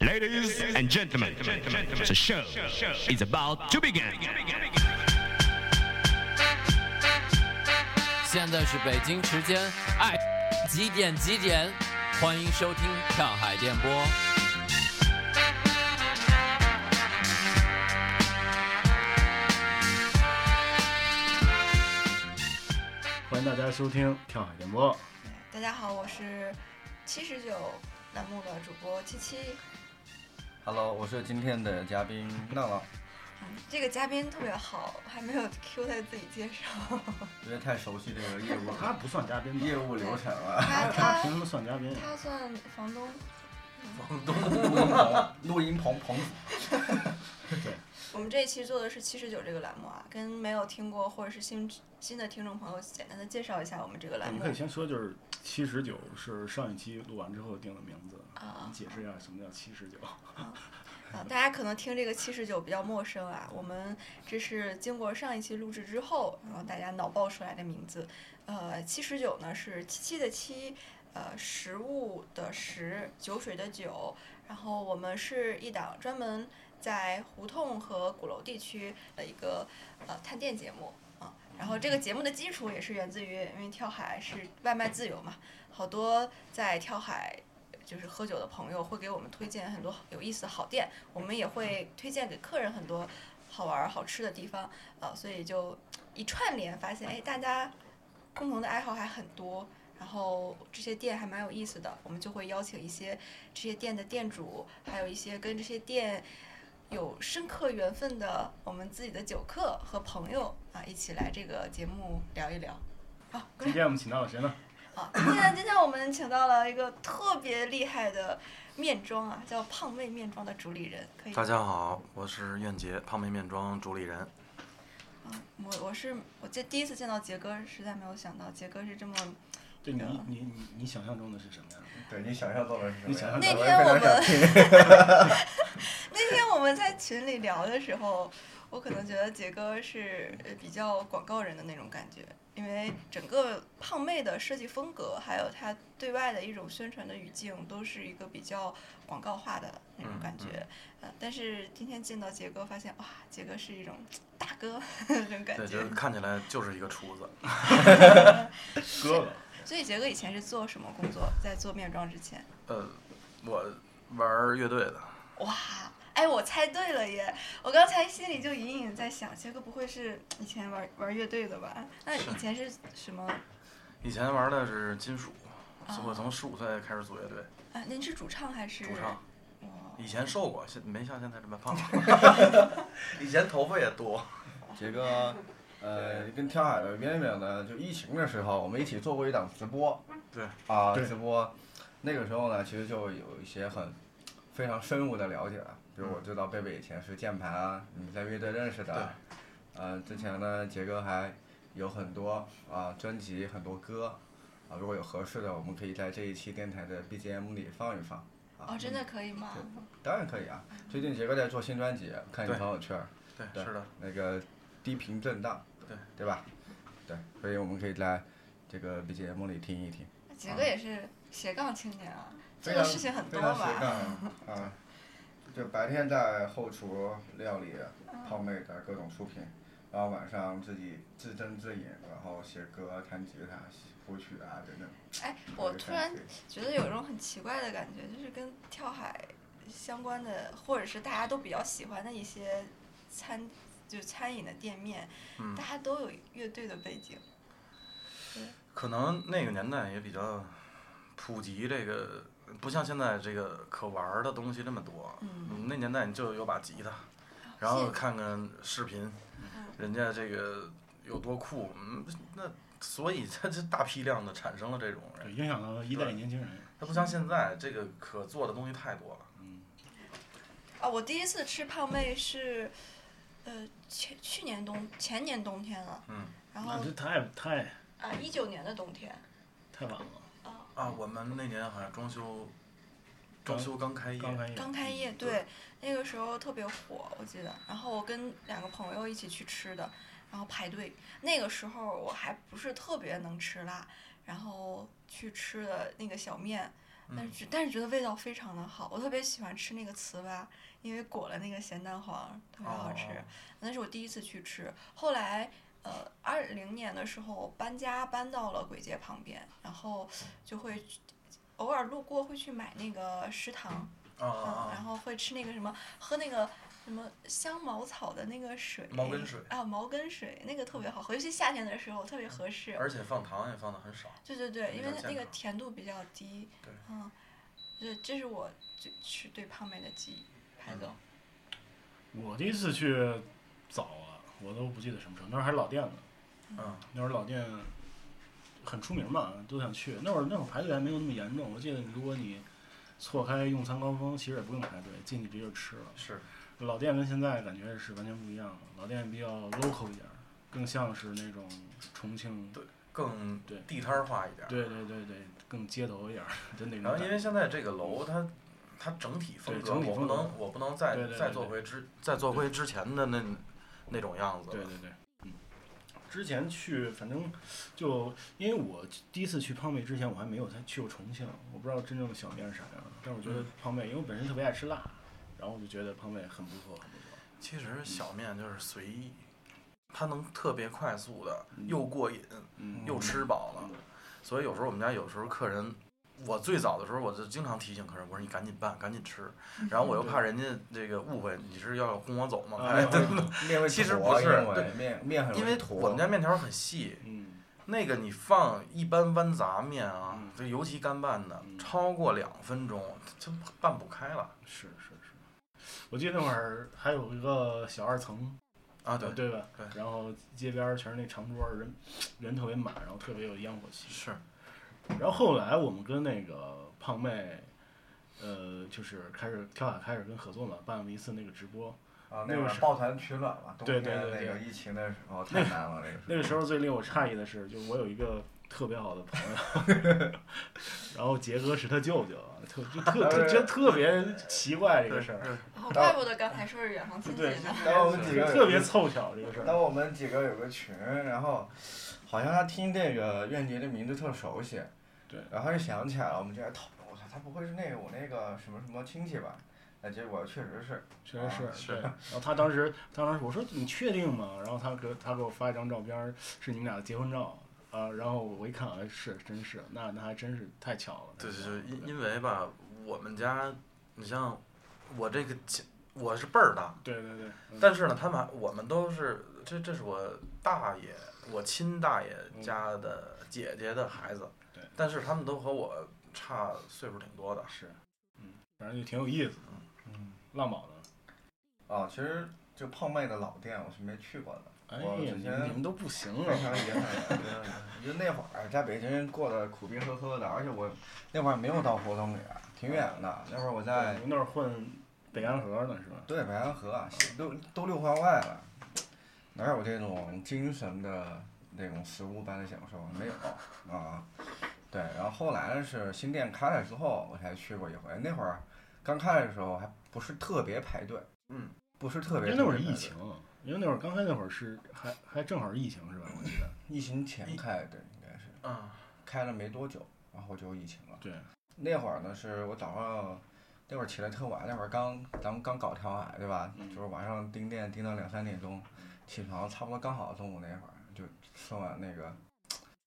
Ladies and gentlemen, the show is about to begin. 现在是北京时间，哎，几点几点？欢迎收听上海电波。欢迎大家收听跳海电波。大家好，我是七十九栏目的主播七七。 Hello，我是今天的嘉宾浪浪，嗯这个嘉宾特别好，还没有 Q 他自己介 绍。因为太熟悉这个业务他不算嘉宾吧？业务流程 了。他他凭他什么算嘉宾？他算房东，录音棚棚主，我们这一期做的是七十九这个栏目啊，跟没有听过或者是新新的听众朋友简单的介绍一下我们这个我栏们目可以先说，就是七十九是上一期录完之后定的名字。啊你解释一下什么叫七十九？啊，大家可能听这个七十九比较陌生啊，我们这是经过上一期录制之后，然后大家脑爆出来的名字。呃，七十九呢是七七的七，呃，食物的食，酒水的酒。然后我们是一档专门在胡同和鼓楼地区的一个呃探店节目啊。然后这个节目的基础也是源自于，因为跳海是外卖自由嘛，好多在跳海就是喝酒的朋友会给我们推荐很多有意思的好店，我们也会推荐给客人很多好玩儿好吃的地方，呃，所以就一串联发现，哎，大家共同的爱好还很多，然后这些店还蛮有意思的，我们就会邀请一些这些店的店主，还有一些跟这些店。有深刻缘分的我们自己的酒客和朋友啊，一起来这个节目聊一聊。好，各位今天我们请到了谁呢？啊，今天今天我们请到了一个特别厉害的面妆啊，叫胖妹面妆的主理人，可以。大家好，我是苑杰，胖妹面妆主理人。啊，我我是我这第一次见到杰哥，实在没有想到杰哥是这么。这你你你你想象中的是什么呀？对你想象到的是什么嗯你想象呀？到那的天我们 那天我们在群里聊的时候，我可能觉得杰哥是呃比较广告人的那种感觉，因为整个胖妹的设计风格，还有她对外的一种宣传的语境，都是一个比较广告化的那种嗯感觉。呃，但是今天见到杰哥，发现哇，杰哥是一种大哥 那种感对，就觉是。看起来就是一个厨子。哥哥，所以杰哥以前是做什么工作？在做面妆之前？呃，我玩乐队的，哇，哎，我猜对了耶！我刚才心里就隐隐在想，杰哥不会是以前玩玩乐队的吧？那以前是什么？以前玩的是金属，哦我从十五岁开始组乐队，啊，您是主唱还是？哦主唱。哇。以前瘦过，现没像现在这么胖。 以前头发也多。杰哥，呃，跟跳海的渊源呢，就疫情的时候，我们一起做过一档直播对，啊，对直播。那个时候呢，其实就有一些很非常深入的了解了，比嗯如我知道贝贝以前是键盘啊，你们在乐队认识的。呃，之前呢，杰哥还有很多啊专辑，很多歌啊，如果有合适的，我们可以在这一期电台的 BGM 里放一放。哦，真的可以吗？当然可以啊！最近杰哥在做新专辑，看你对朋友圈儿， 对，对是的，那个低频震荡，对对吧？对，所以我们可以在这个 BGM 里听一听。杰哥也是斜杠青年啊，做非的常事情很多非常 斜吧？杠啊！就白天在后厨料理、嗯泡妹的各种出品，然后晚上自己自斟自饮，然后写歌、弹吉他、谱曲啊等等。哎，我这个突感然觉觉得有一种很奇怪的感觉，就是跟跳海相关的，或者是大家都比较喜欢的一些餐，就餐饮的店面，嗯大家都有乐队的背景。可能那个年代也比较普及这个，不像现在这个可玩的东西那么多。嗯那年代你就有把吉他，然后看看视频，嗯人家这个有多酷，嗯，那所以 它就大批量的产生了这种对，人，影响到一代年轻人。它不像现在这个可做的东西太多了。啊，我第一次吃胖妹是，呃，前去年冬前年冬天了，嗯，然后那这太太啊一九年的冬天，太晚了，啊，我们那年好像装修，装修刚开业，刚开业。刚开业，对，那个时候特别火，我记得。然后我跟两个朋友一起去吃的，然后排队。那个时候我还不是特别能吃辣，然后去吃的那个小面，但是只但是觉得味道非常的好，我特别喜欢吃那个糍粑，因为裹了那个咸蛋黄，特别好吃。哦那是我第一次去吃，后来。呃，二零年的时候搬家搬到了簋街旁边，然后就会去偶尔路过会去买那个食堂，啊啊嗯，然啊！后会吃那个什么，喝那个什么香茅草的那个水，茅根水啊，茅根水那个特别好喝，尤其夏天的时候特别合适。而且放糖也放的很少。对对对，因为比较它那健个康甜度比较低。对嗯，对，这是我最是对胖妹的记忆。排总，我第一次去早了，我都不记得什么时候，那会儿还是老店呢。嗯，那会儿老店很出名嘛，都想去。那会儿那会儿排队还没有那么严重，我记得如果你错开用餐高峰，其实也不用排队，进去直接就吃了。是老店跟现在感觉是完全不一样了，老店比较 local 一点儿，更像是那种重庆，对更对地摊儿化一点儿。对对对对，更街头一点儿的那种然感后因为觉。现在这个楼它它整体风对格，整体我不风格能我不能再对对对再对做回之再做回之前的那那种样子了。对对对，嗯。之前去，反正就因为我第一次去胖妹之前，我还没有太去过重庆，我不知道真正的小面是啥样的。但我觉得胖妹，因为我本身特别爱吃辣，然后我就觉得胖妹很不错，很不错。其实小面就是随意，它能特别快速的又过瘾嗯又吃饱了，所以有时候我们家有时候客人。我最早的时候，我就经常提醒客人，我说你赶紧办，赶紧吃。然后我又怕人家这个误会你是要轰我走吗？啊哎，对面会其实坨不是因为对面面 很容易因为坨我们家面条很细， 嗯，那个你放一般豌杂面啊嗯，这尤其干拌的嗯，超过两分钟它它拌不开了是是是。我记得那会儿还有一个小二层，啊！对，对吧？对然后街边儿全是那长桌儿，人人特别满，然后特别有烟火气。是然后后来我们跟那个胖妹，呃，就是开始跳海开始跟合作嘛，办了一次那个直播。啊，那那个会儿是抱团取暖嘛，冬对天对对那个疫情的时候太难了，那个那个时候最令我诧异的是，就我有一个特别好的朋友， 然后杰哥是他舅舅，特就特特真特别奇怪这个事儿，哦，怪不得刚才说是远房亲戚对呢。当我们几个特有特别凑巧这个事儿。当我们几个有个群，然后好像他听这个愿杰的名字特熟悉，对然后就想起来了，我们就在讨论，我操，他不会是那个我那个什么什么亲戚吧？那结果确实是，确实是，是对。然后他当时，他当时我说你确定吗？然后他给他给我发一张照片儿，是你们俩的结婚照啊、然后我一看，啊，是，真是，那那还真是太巧了。对对太巧对了，因因为吧，我们家，你像我这个亲我是辈儿大，对对对，嗯但是呢，他们还我们都是这这是我大爷我亲大爷嗯家的姐姐的孩子，对但是他们都和我差岁数挺多的，是，嗯，反正就挺有意思的。嗯，浪宝呢？哦，其实就胖妹的老店我是没去过的，哎我呀，之你前们都不行非常了。遗憾，啊真的就那会儿在北京过得苦逼呵呵的，而且我那会儿没有到活动里啊，挺远的，那会儿我在你们那儿混北安河呢是吧？对，白洋河啊，都都六环外了，哪有这种精神的那种食物般的享受？没有啊。对，然后后来是新店开了之后，我才去过一回。那会儿刚开的时候还不是特别排队，嗯，不是特因别。为那会儿疫情，，因为那会儿刚开那会儿是还还正好是疫情是吧？我记得。疫情前开的应该是嗯，开了没多久，然后就疫情了。对，那会儿呢，是我早上那会儿起来特晚，那会儿刚咱们刚搞跳海对吧？嗯就是晚上盯店盯到两三点钟，起床差不多刚好中午那会儿就吃碗那个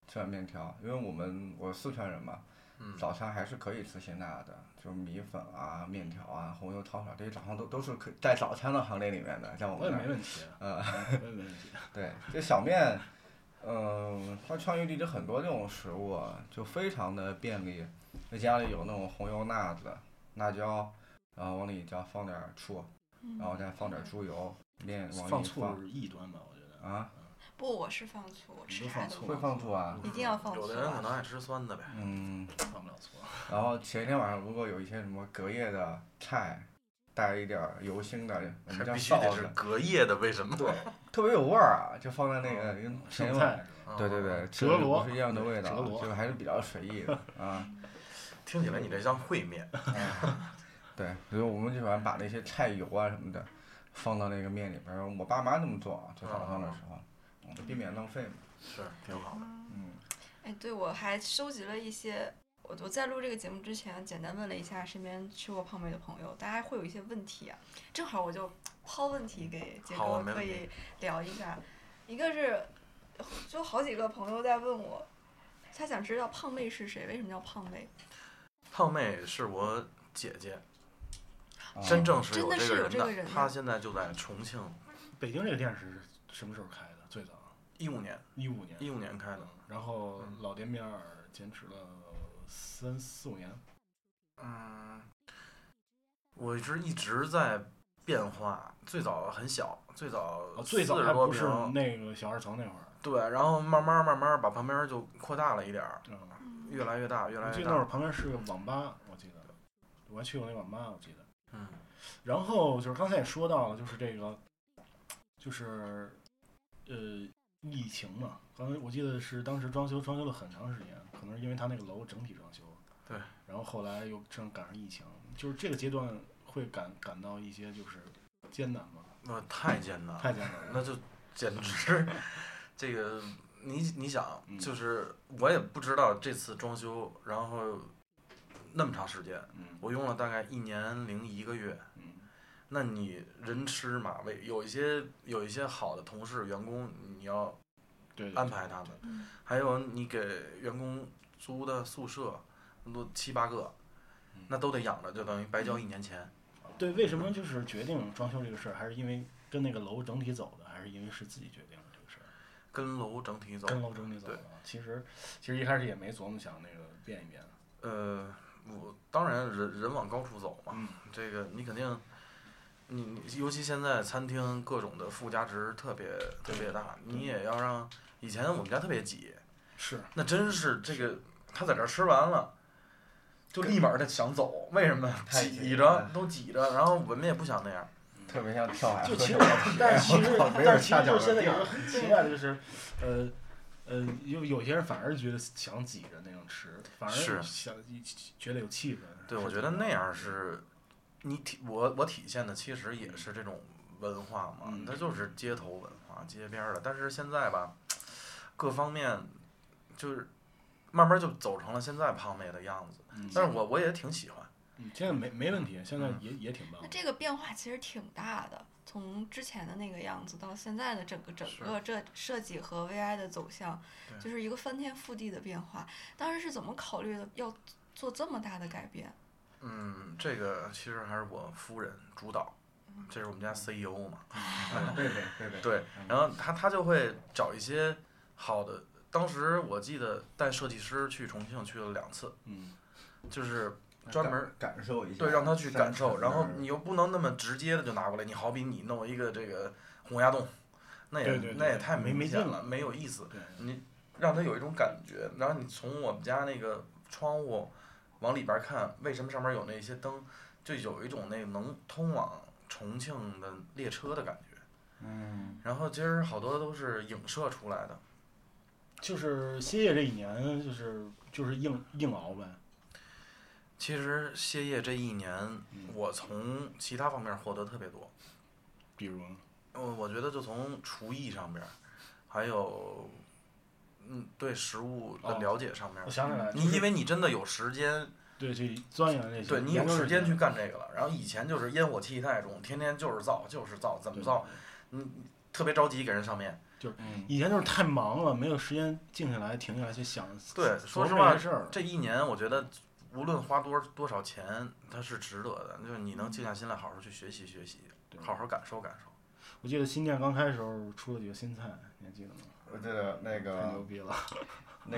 吃碗面条，因为我们我四川人嘛，嗯早上还是可以吃辛辣的，就是米粉啊、面条啊、红油抄手这些早上都都是可以在早餐的行列里面的，像我我们也那没儿，问题啊， 嗯。我也没问题。 对，这小面，嗯，它川渝地区很多这种食物啊，就非常的便利。那家里有那种红油辣子、辣椒，然后往里加放点儿醋，嗯然后再放点儿猪油，面往里放一醋是异端吧？我觉得。啊，不，我是放醋，我吃都啥放都醋会放醋啊，一定要放醋有的人可啊。能爱吃酸的呗，嗯，放不了醋。然后前一天晚上如果有一些什么隔夜的菜，带一点儿油腥的，嗯我还们叫必须臊得是子，隔夜的，为什么？对，特别有味儿啊，就放在那个跟前一生晚嗯菜是吧？对对嗯对，吃折的罗不是一样的味折道，啊罗就是还是比较随 意的啊。听起来你这像烩 面，对，所以我们就喜欢把那些菜油啊什么的放到那个面里边儿。我爸妈这么做啊，做早上的时候，嗯避免浪费嘛。是挺好的。嗯，哎，对，我还收集了一些。我我在录这个节目之前，啊简单问了一下身边去过胖妹的朋友，大家会有一些问题啊，正好我就抛问题给杰好哥，没问可题以聊一下。一个是，就好几个朋友在问我，他想知道胖妹是谁，为什么叫胖妹？胖妹是我姐姐，啊真正是真的这是有这的，个人的她现在就在重庆，北京这个店是什么时候开的？最早一五年，一五年，一五年开的嗯，然后嗯老店面儿坚持了三四五年，嗯，我是一直在变化，最早很小，最早哦最早呃四还十多不是平，那个小二层那会儿，对，然后慢慢慢慢把旁边就扩大了一点儿，嗯，越来越大，越我来记越得那会大儿，旁边是个网吧，我记得我还去过那网吧，我记得。嗯，然后就是刚才也说到了，就是这个，就是呃，疫情嘛，刚才我记得是当时装修装修了很长时间，可能是因为他那个楼整体装修，对，然后后来又正赶上疫情，就是这个阶段会感感到一些就是艰难嘛，那太艰难了，太艰难了，啊那就简直，这个你你想，嗯就是我也不知道这次装修，然后那么长时间，嗯我用了大概一年零一个月。嗯那你人吃马喂，有一些有一些好的同事员工，你要对，对安排他们，嗯还有你给员工租的宿舍，那都七八个，嗯那都得养着，就等于白交一年钱。对，为什么就是决定装修这个事儿，还是因为跟那个楼整体走的，还是因为是自己决定的这个事儿？跟楼整体走，跟楼整体走对的。啊其实其实一开始也没琢磨想那个变一变，啊呃，我当然人人往高处走嘛，嗯这个你肯定，你你尤其现在餐厅各种的附加值特别特别大，你也要让以前我们家特别挤，是那真是这个他在这儿吃完了。就立马他想走，为什么？太挤挤了着都挤着，然后我们也不想那样。特别像跳海啊就喝其酒实的体验，但是其实我靠没有但是其下实脚就是现的在有地儿一个很奇怪的就是，呃呃，有有些人反而觉得想挤着那种吃，反而是想觉得有气氛。啊对，我觉得那样是，你体我我体现的其实也是这种文化嘛，嗯它就是街头文化、街边儿的。但是现在吧，各方面就是慢慢就走成了现在胖妹的样子。嗯，但是我嗯我也挺喜欢，嗯现在没没问题，现在也也挺棒那。这个变化其实挺大的，从之前的那个样子到现在的整个整是个这设计和 VI 的走向，对就是一个翻天覆地的变化。当时是怎么考虑的要做这么大的改变？嗯，这个其实还是我夫人主导，这是我们家 CEO 嘛，啊嗯贝贝贝贝，对，嗯然后他他就会找一些好的。当时我记得带设计师去重庆去了两次，嗯，就是专门感感受一下，对，让他去感受，然后山嗯城你又不能那么直接的就拿过来。你好比你弄一个这个洪崖洞，那也对对对那也太没明没显劲了，了没有意思。对，你让他有一种感觉，然后你从我们家那个窗户往里边看，为什么上面有那些灯，就有一种那个能通往重庆的列车的感觉。嗯，然后其实好多都是影射出来的，就是歇业这一年，就是就是硬硬熬呗。其实歇业这一年，嗯我从其他方面获得特别多。比如，嗯，我觉得就从厨艺上边儿，还有，嗯，对食物的哦了解上面儿我，想起来，你因为你真的有时间，对去钻研这些，对你有研究时这间些嗯去干这个了。然后以前就是烟火气太重，天天就是造，就是造，怎么对造，嗯，特别着急给人上面。嗯以前就是太忙了，没有时间静下来、停下来去想。对琢说实磨话这事儿，这一年我觉得，无论花多多少钱，它是值得的，就是你能静下心来好好去学习学习，对好好感受感受。我记得新店刚开的时候出了几个新菜，你还记得吗？我记得那太牛个逼了！那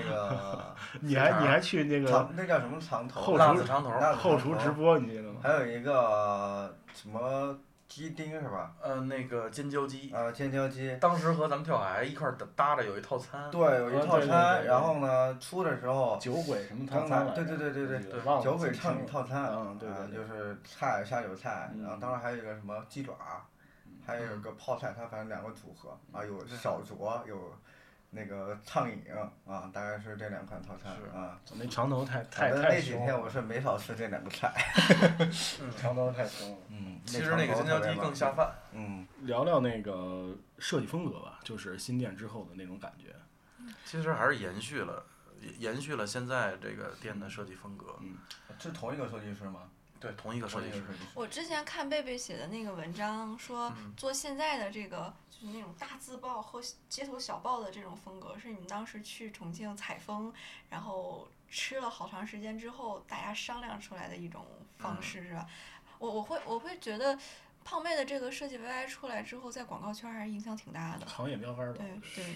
个你还你还去那个长那叫什么长后头，辣厨子长头儿，辣子后厨直播，你记得吗？还有一个什么鸡丁是吧？呃，那个尖椒鸡，啊，尖椒鸡。当时和咱们跳海一块儿搭搭着有一套餐，对，有一套啊对对对餐，对然后呢，出的时候酒鬼什么套刚餐才来着？对对对对对我记得忘了酒鬼怎么唱称了一套餐，嗯对对啊对就是菜下酒菜，然后嗯当时还有一个什么鸡爪儿，还有一个泡菜，它反正两个组合啊，有小酌，有那个畅饮啊，大概是这两款套餐是啊。我那长头太反太正太那几凶天了，我是没少吃这两个菜，长头太凶了。嗯，其实那个尖椒鸡更下，饭。嗯，聊聊那个设计风格吧，就是新店之后的那种感觉。其实还是延续了延续了现在这个店的设计风格。是嗯同一个设计师吗？对，同一个设计师同一。个设计师我之前看贝贝写的那个文章，说嗯做现在的这个就是那种大字报和街头小报的这种风格，是你们当时去重庆采风，然后吃了好长时间之后，大家商量出来的一种方嗯式，是吧？我我会我会觉得胖妹的这个设计 YY 出来之后，在广告圈还是影响挺大的。行业标杆吧。对对，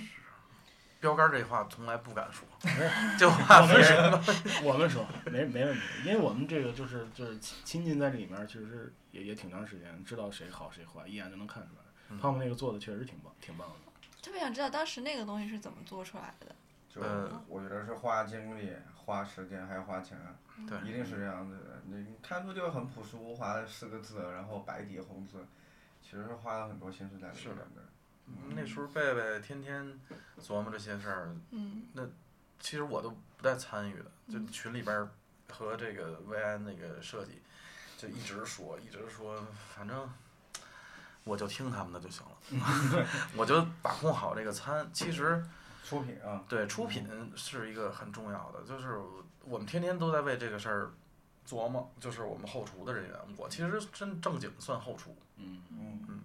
标杆儿这话从来不敢说，没事 就怕我别们人是，我们说没没问题，因为我们这个就是就是亲亲近在这里面，其实也也挺长时间，知道谁好谁坏，一眼就能看出来。嗯胖胖那个做的确实挺棒，挺棒的。特别想知道当时那个东西是怎么做出来的。就嗯呃我觉得是花精力、花时间还花钱，对一定是这样子的。你看出就很朴实无华的四个字，然后白底红字，其实是花了很多心思在里是面的的。那时候贝贝天天琢磨这些事儿，嗯，其实我都不带参与的，就嗯群里边儿和这个薇安那个设计，就一直说一直说，反正我就听他们的就行了，嗯 我就把控好这个餐。其实出品啊，对出品是一个很重要的，就是我们天天都在为这个事儿琢磨，就是我们后厨的人员，我其实真正经算后厨，嗯，嗯，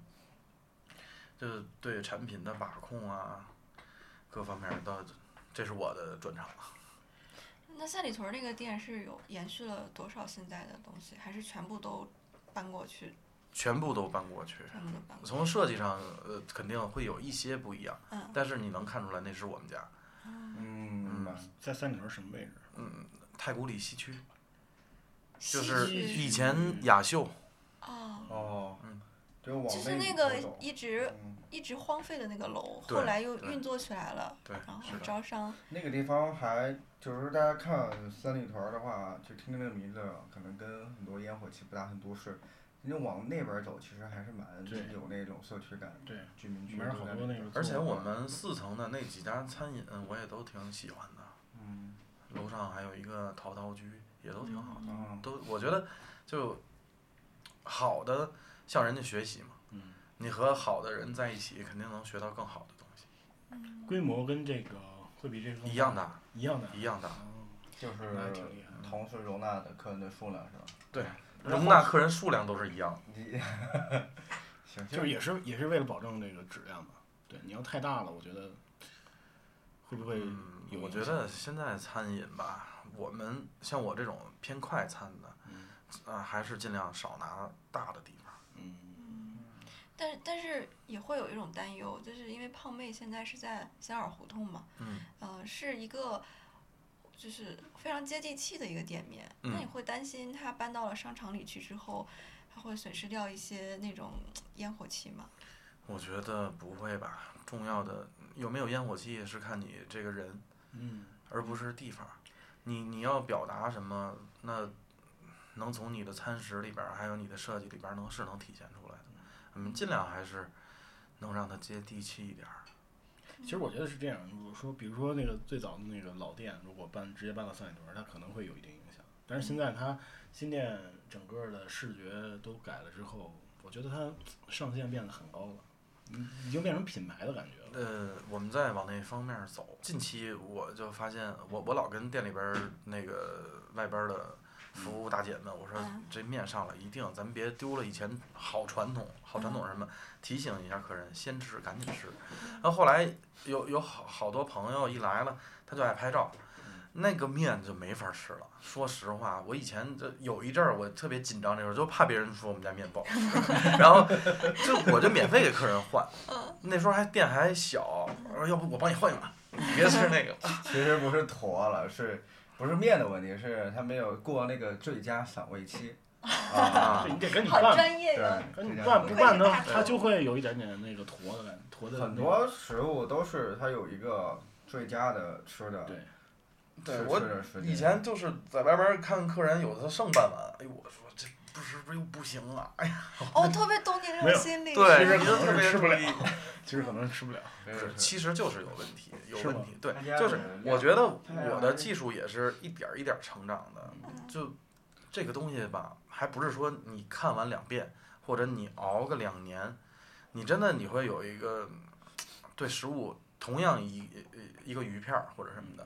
就是对产品的把控啊，各方面儿的，这是我的专长。那三里屯儿那个店是有延续了多少现在的东西，还是全部都搬过去，全部都搬过去。全嗯部都搬过去？从设计上，呃，肯定会有一些不一样，嗯，但是你能看出来那是我们家。嗯，明白。在三里屯什么位置？嗯，太古里西区，就就是西以区嗯前雅秀，啊，哦，嗯，就往就是内那走个走一直嗯，一直荒废的那个楼，对后来又对运作起来了，对，然是哦后的，招商，那个地方还就是大家看三里屯儿的话，就听这个名字，可能跟很多烟火气不大很都市。你就往那边儿走，其实还是蛮对有那种社区感的，对，居民里区面都好在多里那个面。做而且我们四层的那几家餐饮，我也都挺喜欢的。嗯，楼上还有一个陶陶居，也都挺好的。啊，嗯都我觉得就好的向人家学习嘛。嗯，你和好的人在一起，肯定能学到更好的东西。嗯规模跟这个会比这个更一样大，大，一样的。一样大。哦就是那挺厉害的同时容纳的客人的数量是吧？对，然容后纳客人数量都是一样的。你 行，嗯就是也是也是为了保证这个质量吧。对，你要太大了，我觉得会不会有嗯，影响？我觉得现在餐饮吧，我们像我这种偏快餐的，嗯啊、还是尽量少拿大的地方。嗯，但是但是也会有一种担忧，就是因为胖妹现在是在三尔胡同嘛，嗯，呃，是一个就是非常接地气的一个店面。那你嗯会担心它搬到了商场里去之后，它会损失掉一些那种烟火气吗？我觉得不会吧。重要的有没有烟火气是看你这个人，嗯，而不是地方。你你要表达什么，那能从你的餐食里边儿，还有你的设计里边儿能是能体现出来的。我们尽量还是能让它接地气一点儿。其实我觉得是这样。如果说，比如说那个最早的那个老店，如果搬直接搬到三里屯儿，它可能会有一定影响。但是现在它新店整个的视觉都改了之后，我觉得它上限变得很高了，嗯已经变成品牌的感觉了。呃，我们再往那方面儿走。近期我就发现，我我老跟店里边儿那个外边儿的服务大姐们，我说嗯这面上了，一定咱别丢了以前好传统，好传统是什么？提醒一下客人，先吃，赶紧吃。然后后来有有好好多朋友一来了，他就爱拍照。那个面就没法吃了。说实话，我以前这有一阵儿我特别紧张这事儿，就怕别人说我们家面不好 吃，然后就我就免费给客人换。那时候还店还小，我说要不我帮你换一碗，你别吃 那个。其实不是坨了，是不是面的问题？是它没有过那个最佳赏 味期。啊，啊对，你得跟你好办，专业啊对呀、，跟你最办佳赏不味愧办是它大它就会有一点点那个坨的感觉，坨的很那个多食物都是它有一个最佳的吃的，对对吃我吃的时间以前就是在外边儿看客人有的剩半碗，哎呦我说这不是不是又不行了，哎呀，哦，特别懂你这没种有心理。对，其实你可就能特是别吃不注了意其实可能吃不了。没是事，其实就是有问题，有是吗问题。对他家，就的是量我觉得他家我还的是技术也是一点儿一点儿成长的。就这个东西吧，还不是说你看完两遍，或者你熬个两年，你真的你会有一个对食物同样一一一个鱼片儿或者什么的，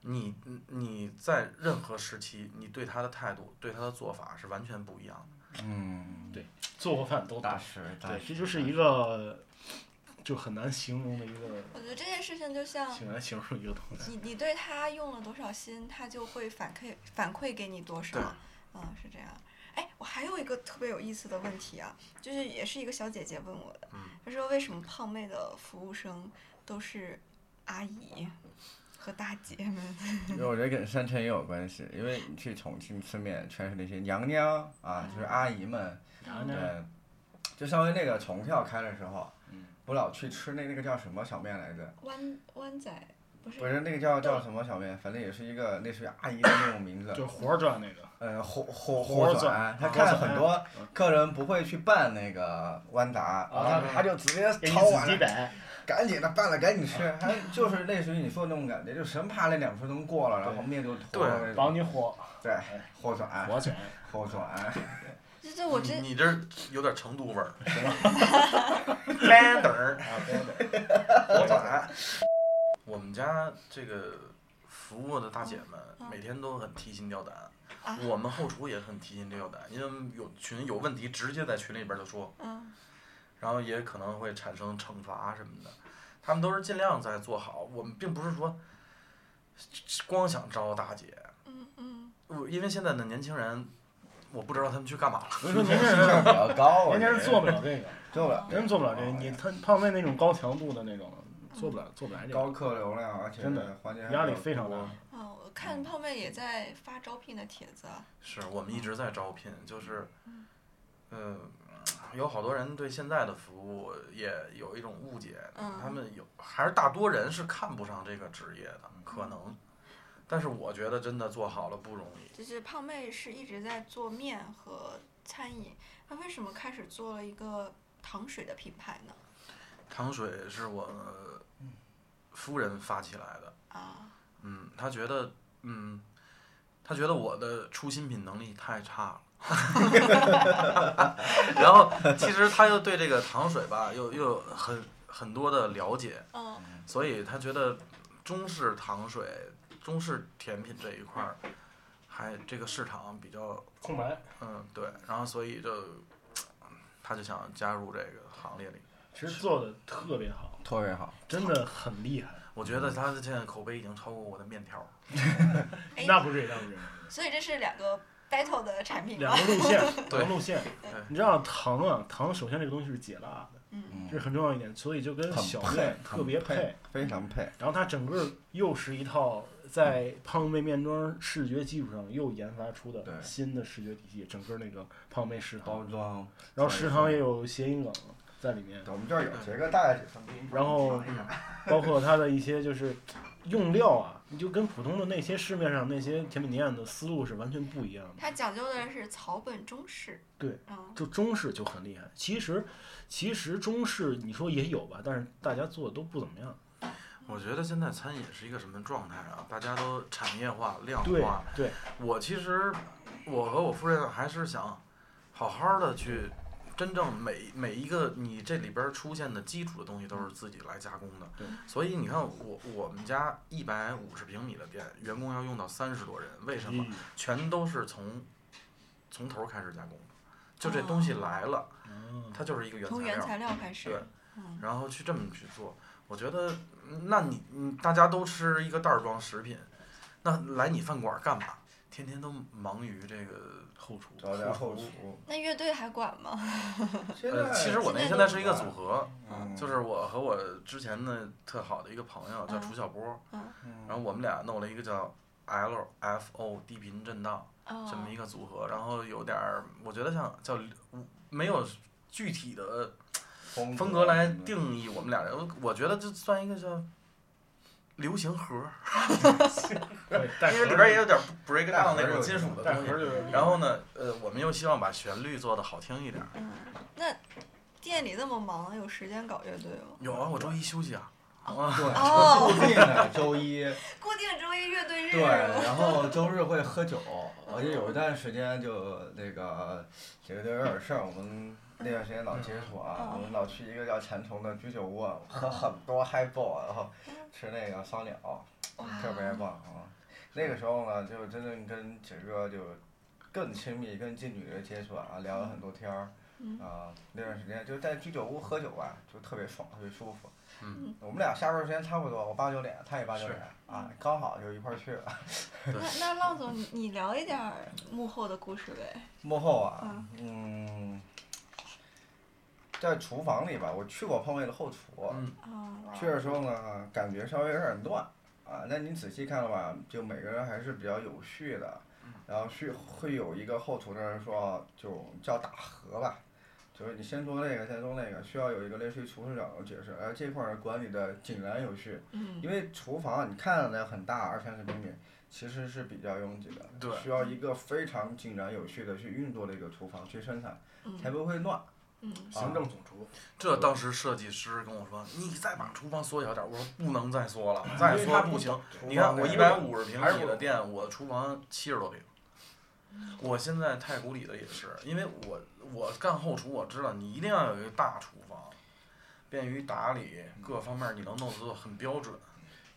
你你在任何时期，你对他的态度、对他的做法是完全不一样的。嗯，对做过饭都大懂。师，大对，师这就是一个就很难形容的一我个，觉得这件事情就像很难形容一个东西。你你对他用了多少心，他就会反馈反馈给你多少对，嗯，是这样。哎，我还有一个特别有意思的问题啊，就是也是一个小姐姐问我的，嗯她说为什么胖妹的服务生都是阿姨和大姐们？因为我觉得跟山城也有关系，因为你去重庆吃面，全是那些娘娘啊，嗯就是阿姨们，然后对呢，，就稍微那个重跳开的时候嗯，不老去吃那那个叫什么小面来着？湾湾仔不是不是那个叫叫什么小面，反正也是一个类似于阿姨的那种名字，就是活儿转那个，呃，火火火啊火转转，他火看转很多客人不会去拌那个豌杂，然后他就直接啊给你掏自完己了，摆，赶紧的拌了，赶紧吃，他就是类似于你说的那种感觉，就生怕那两分钟过了，然后面就坨了那帮种。你火对，火转，火卷，火转，这这我你这你这有点成都味儿， 干等儿，我转。我们家这个服务的大姐们嗯每天都很提心吊胆，啊，我们后厨也很提心吊胆，因为有群有问题直接在群里边就说，嗯然后也可能会产生惩罚什么的。他们都是尽量在做好，我们并不是说光想招大姐，嗯嗯，我因为现在的年轻人，我不知道他们去干嘛了。所以说年轻人比较高，人家是做不了这个，做不了，真做不了这个。你他胖妹那种高强度的那种，做不了，做不来这个，高客流量，而且真的环境还压力比较非常多大。啊，我看胖妹也在发招聘的帖子啊，是我们一直在招聘，就是，呃，有好多人对现在的服务也有一种误解，嗯他们有还是大多人是看不上这个职业的，可能。但是我觉得真的做好了不容易，就是胖妹是一直在做面和餐饮，那为什么开始做了一个糖水的品牌呢？糖水是我夫人发起来的，啊，嗯，她觉得，嗯，她觉得我的出新品能力太差了。 然后，其实她又对这个糖水吧，又又有很很多的了解，嗯所以他觉得中式糖水、中式甜品这一块儿，还这个市场比较，空白。嗯，对，然后所以就他就想加入这个行列里。其实做的特别好，特别好。真的很厉害。我觉得他现在口碑已经超过我的面条儿。哎那不是，那不是，所以这是两个 battle 的产品两吗？个路线，两个对路线对。你知道糖啊，糖首先这个东西是解辣的，嗯嗯这是很重要一点，所以就跟很小配面，很特别配配。，非常配。然后它整个又是一套在胖妹面妆视觉基础上又研发出的对新的视觉体系，整个那个胖妹食包堂，装，然后食堂也有谐音梗在里面，我们这儿有这个大概是什么然后尝一下 包括它的一些就是用料啊，你就跟普通的那些市面上那些甜品店的思路是完全不一样的。它讲究的是草本中式。对，嗯，就中式就很厉害，其实其实中式你说也有吧，但是大家做的都不怎么样。我觉得现在餐饮是一个什么状态啊？大家都产业化、量对化。对，我其实，我和我夫人还是想好好的去，真正每每一个你这里边儿出现的基础的东西都是自己来加工的。对所以你看我我们家一百五十平米的店，员工要用到三十多人，为什么？嗯全都是从从头儿开始加工的，就这东西来了，嗯？它就是一个原哦材从原料。材料开始。对嗯然后去这么去做。我觉得，嗯那你你大家都吃一个袋儿装食品，那来你饭馆儿干嘛？天天都忙于这个后厨。找点后厨。那乐队还管吗？现呃，其实我那现在现都在是一个组合，嗯就是我和我之前的特好的一个朋友叫嗯楚小波，嗯然后我们俩弄了一个叫 L F O 低频震荡哦这么一个组合，然后有点儿我觉得像叫没有具体的风风格来定义我们俩人，我我觉得这算一个叫流行盒儿， 对，因为里边也有点 break 带 down 盒那儿种有金属的带东盒儿西。就是然后呢，呃，我们又希望把旋律做的好听一点儿。嗯，那店里那么忙，有时间搞乐队 吗？有啊，我周一休息啊。啊，对，哦固定的周一，固定周一乐队日对，。然后周日会喝酒，而且有一段时间就那个这个都有点事儿，我们那段时间老接触啊，我们老啊去一个叫馋虫的居酒屋，喝很多 highball，然后吃那个烧鸟，哇，特别棒啊！那个时候呢，就真正跟杰哥就更亲密、更近距离的接触啊，聊了很多天儿。嗯啊、那段时间就是在居酒屋喝酒吧，就特别爽，特别舒服。嗯，我们俩下班时间差不多，我八九点，他也八九点啊，刚好就一块儿去了。那那浪总，你你聊一点儿幕后的故事呗。幕后啊，嗯，在厨房里吧，我去过胖妹的后厨，嗯啊，去的时候呢，感觉稍微有点乱啊，但你仔细看了吧，就每个人还是比较有序的嗯，然后是会有一个后厨的人说，就叫打和吧。就是你先做那个，再做那个，需要有一个类似于厨师长的解释，而这块儿管理的井然有序，嗯因为厨房你看着很大，二三十平米，其实是比较拥挤的，对需要一个非常井然有序的去运作的一个厨房去生产，才嗯不会乱。嗯，行政总 厨，这当时设计师跟我说：“你再把厨房缩小点儿。”我说：“不能再缩了，再缩不行。你看我一百五十平米的店，我厨房七十多平。我现在太古里的也是，因为我我干后厨，我知道你一定要有一个大厨房，便于打理各方面，你能弄得很标准。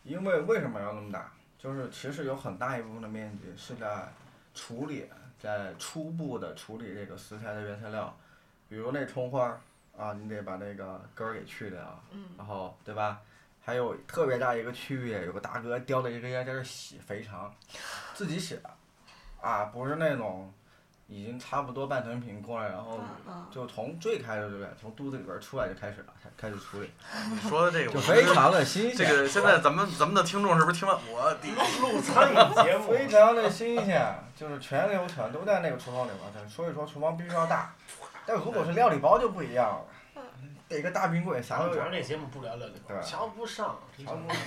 因为为什么要那么大？就是其实有很大一部分的面积是在处理，在初步的处理这个食材的原材料，比如那葱花儿啊，你得把那个根儿给去掉，嗯然后对吧？还有特别大一个区域，有个大哥叼着一根烟在这儿洗肥肠，自己洗的，啊，不是那种已经差不多半成品过来，然后嗯就从最开始对不对？从肚子里边儿出来就开始了，开开始处理，”你说的这个，就我非觉得常的新这鲜。个现在咱们咱们的听众是不是听完我的？录餐饮节目非常的新鲜，就是全流程都在那个厨房里完成，所以说厨房必须要大。但如果是料理包就不一样了，得个大冰柜啥都有咱。们这节目不聊了，对瞧不上，真瞧不上。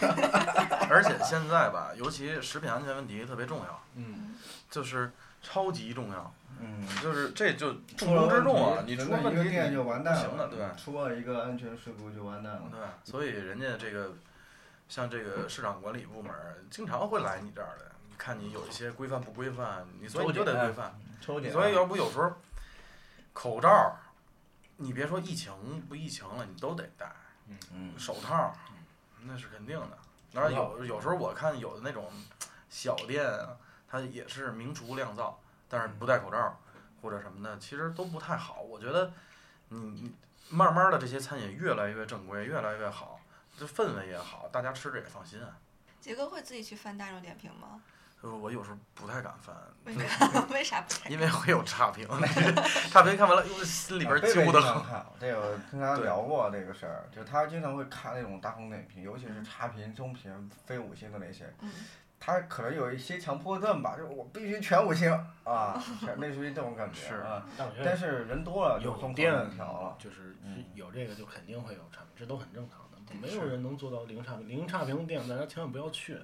而且现在吧，尤其食品安全问题特别重要，嗯就是超级重要。嗯，就是这就出重了问题中之重啊！你人出了类问一个题店你就完蛋不行了对吧出了一个安全事故就完蛋了。对，所以人家这个像这个市场管理部门儿经常会来你这儿的，你看你有一些规范不规范，你所以你就得规范。嗯抽啊检，所以要不有时候口罩儿，你别说疫情不疫情了，你都得戴，嗯，手套儿那是肯定的。然后有有时候我看有的那种小店啊，它也是名厨酿造，但是不戴口罩儿或者什么的，其实都不太好。我觉得你你慢慢的这些餐饮越来越正规，越来越好，这氛围也好，大家吃着也放心啊。杰哥会自己去翻大众点评 吗？呃我有时候不太敢翻，为啥？为啥不太？因为会有差评， 差评看完了，哟心里边啊贝贝揪经得常很。看， 这个跟他对聊过这个事儿，就他经常会看那种大众点评，尤其是差评、中评、非五星的那些。嗯他可能有一些强迫症吧，就是我必须全五星啊， 全类似于这种感觉是啊。但我觉但得是人多了就有疯店狂调了，就是嗯有这个就肯定会有差评，这都很正常的，没有人能做到零差评。零差评的店大家千万不要去，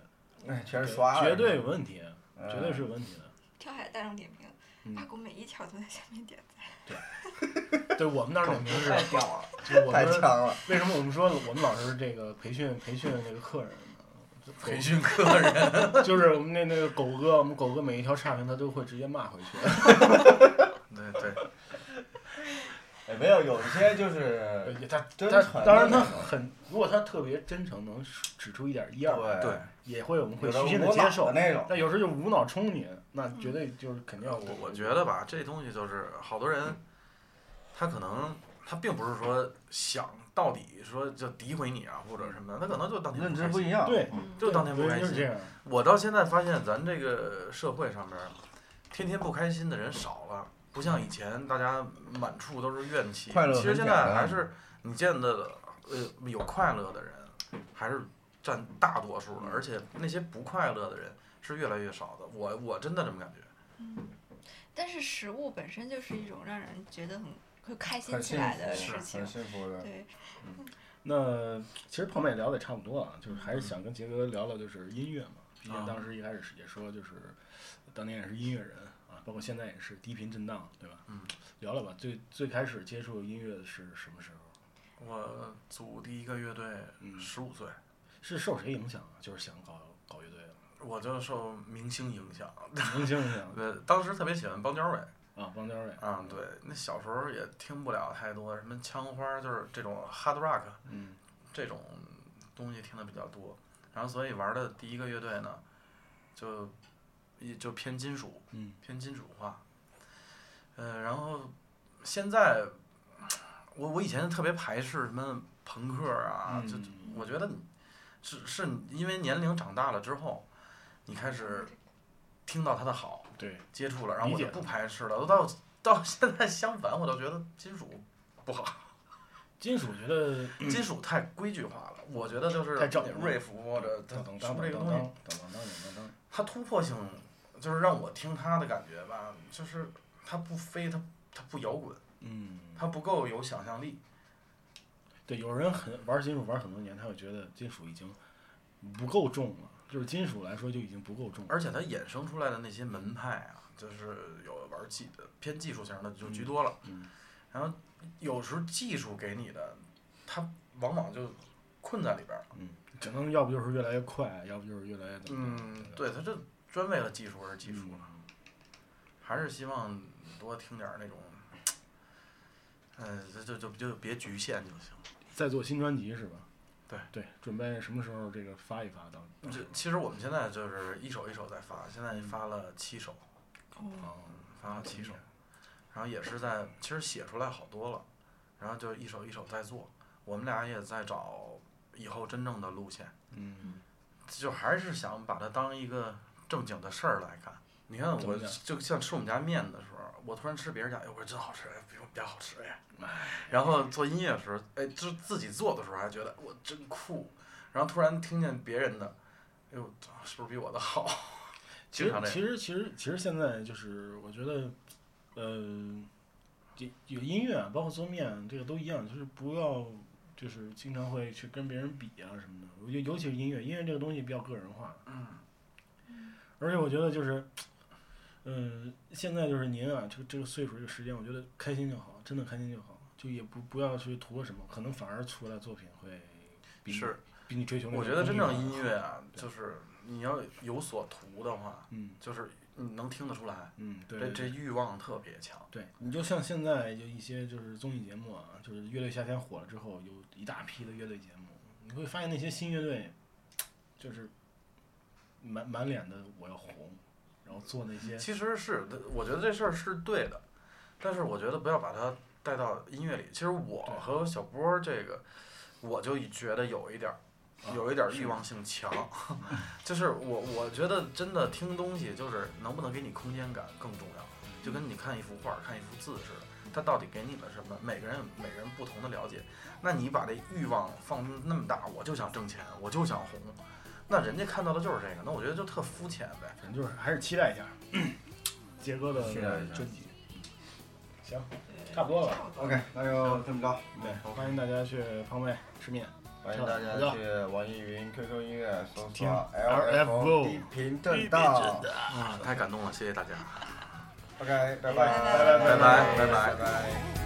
哎，全是刷的，绝对有问题，嗯绝对是有问题的。跳海大众点评，嗯阿古每一条都在下面点赞。对我们那儿点评是，太屌了，就是我太们强了。为什么我们说我们老是这个培训培训那个客人呢？就狗培训客人，就是我们那那个狗哥，我们狗哥每一条差评他都会直接骂回去。对对，也没有，有一些就是他真他诚的当然他那种很，如果他特别真诚，能指出一点一二，对对，也会我们会有的虚心的无脑接受的。那种，但有时候就无脑冲你，那嗯绝对就是肯定要我我觉得吧，这东西就是好多人，他可能他并不是说想到底说就诋毁你啊或者什么的，他可能就当天认不知开不心一样。对嗯就当天不对开就是这心。样。我到现在发现咱这个社会上面儿，天天不开心的人少了，不像以前大家满处都是怨气。快乐其实很现简在单还是你见的呃有快乐的人，还是占大多数的，而且那些不快乐的人是越来越少的。我我真的这么感觉。嗯，但是食物本身就是一种让人觉得很会开心很起幸来福的，是事很情。幸福的。对，那其实胖妹聊的也差不多啊，就是还是想跟杰哥聊聊就是音乐嘛，毕竟嗯啊当时一开始也说就是当年也是音乐人啊，包括现在也是低频震荡，对吧？嗯，聊聊吧，最最开始接触音乐是什么时候？我组第一个乐队嗯十五岁，是受谁影响啊？就是想搞搞乐队了，我就受明星影响。明星影响呃，当时特别喜欢邦交委啊，邦交委啊，对，那小时候也听不了太多什么枪花，就是这种 hard rock 嗯这种东西听的比较多。然后所以玩的第一个乐队呢，就也就偏金属，嗯偏金属化。呃，然后现在我我以前特别排斥什么朋克啊，就嗯我觉得你是是你因为年龄长大了之后，你开始听到它的好，对，接触了，然后理我就解不排斥了。都到到现在相反，我倒觉得金属不好，金属觉得金属太规矩化了。我觉得就是嗯太正了瑞服或者它当当什当么当这当个当东西，当当当当，它突破性就是让我听它的感觉吧，就是它不飞，它它不摇滚，嗯，它不够有想象力。对，有人很玩金属玩很多年，他会觉得金属已经不够重了，就是金属来说就已经不够重了。而且它衍生出来的那些门派啊，就是有玩技偏技术型的就居多了。嗯然后有时候技术给你的，它往往就困在里边儿了。嗯，只能要不就是越来越快，要不就是越来越怎么嗯嗯，对，他这专为了技术而技术啊了，还是希望多听点儿那种，嗯、这就就就别局限就行。在做新专辑是吧？对对，准备什么时候这个发一发到？这其实我们现在就是一首一首在发，现在发了七首，嗯哦，发了七首，然后也是在其实写出来好多了，然后就一首一首在做。我们俩也在找以后真正的路线，嗯，就还是想把它当一个正经的事儿来看。你看怎么我讲就像吃我们家面的时候，我突然吃别人家，哎，我说真好吃，哎，比我们家好吃哎。然后做音乐的时候，哎，就自己做的时候还觉得我真酷，然后突然听见别人的，哎呦，是不是比我的好？ 其经实常这其样。实其实其实现在就是我觉得，呃，这有音乐啊包括做面这个都一样，就是不要就是经常会去跟别人比啊什么的。我觉得尤其是音乐，音乐这个东西比较个人化，嗯，而且我觉得就是，嗯、现在就是您啊，这个这个岁数这个时间，我觉得开心就好，真的开心就好，就也不不要去图个什么，可能反而出来作品会比你是，比你追求那我个觉得东西真正更好音乐啊， 对就是你要有所图的话，嗯就是你能听得出来，嗯对这对这欲望特别强。对你就像现在有一些就是综艺节目啊，就是乐队夏天火了之后，有一大批的乐队节目，你会发现那些新乐队，就是满满脸的我要红，然后做那些其实是，我觉得这事儿是对的，但是我觉得不要把它带到音乐里。其实我对和小波儿这个，我就觉得有一点儿，啊有一点儿是欲望 性强，就是我我觉得真的听东西就是能不能给你空间感更重要，就跟你看一幅画儿、看一幅字似的。它到底给你了什么？每个人有每个人不同的了解，那你把这欲望放那么大，我就想挣钱，我就想红，那人家看到的就是这个，那我觉得就特肤浅呗。反正就是还是期待一下杰哥的期待一下专辑。行，差不多了。 OK，那就这么着。对，欢迎大家去胖妹吃面。欢迎大家去网易云、QQ 音乐搜听索 LFO 低频震荡。啊，太感动了，谢谢大家。 OK，拜拜拜，拜拜拜拜拜拜拜。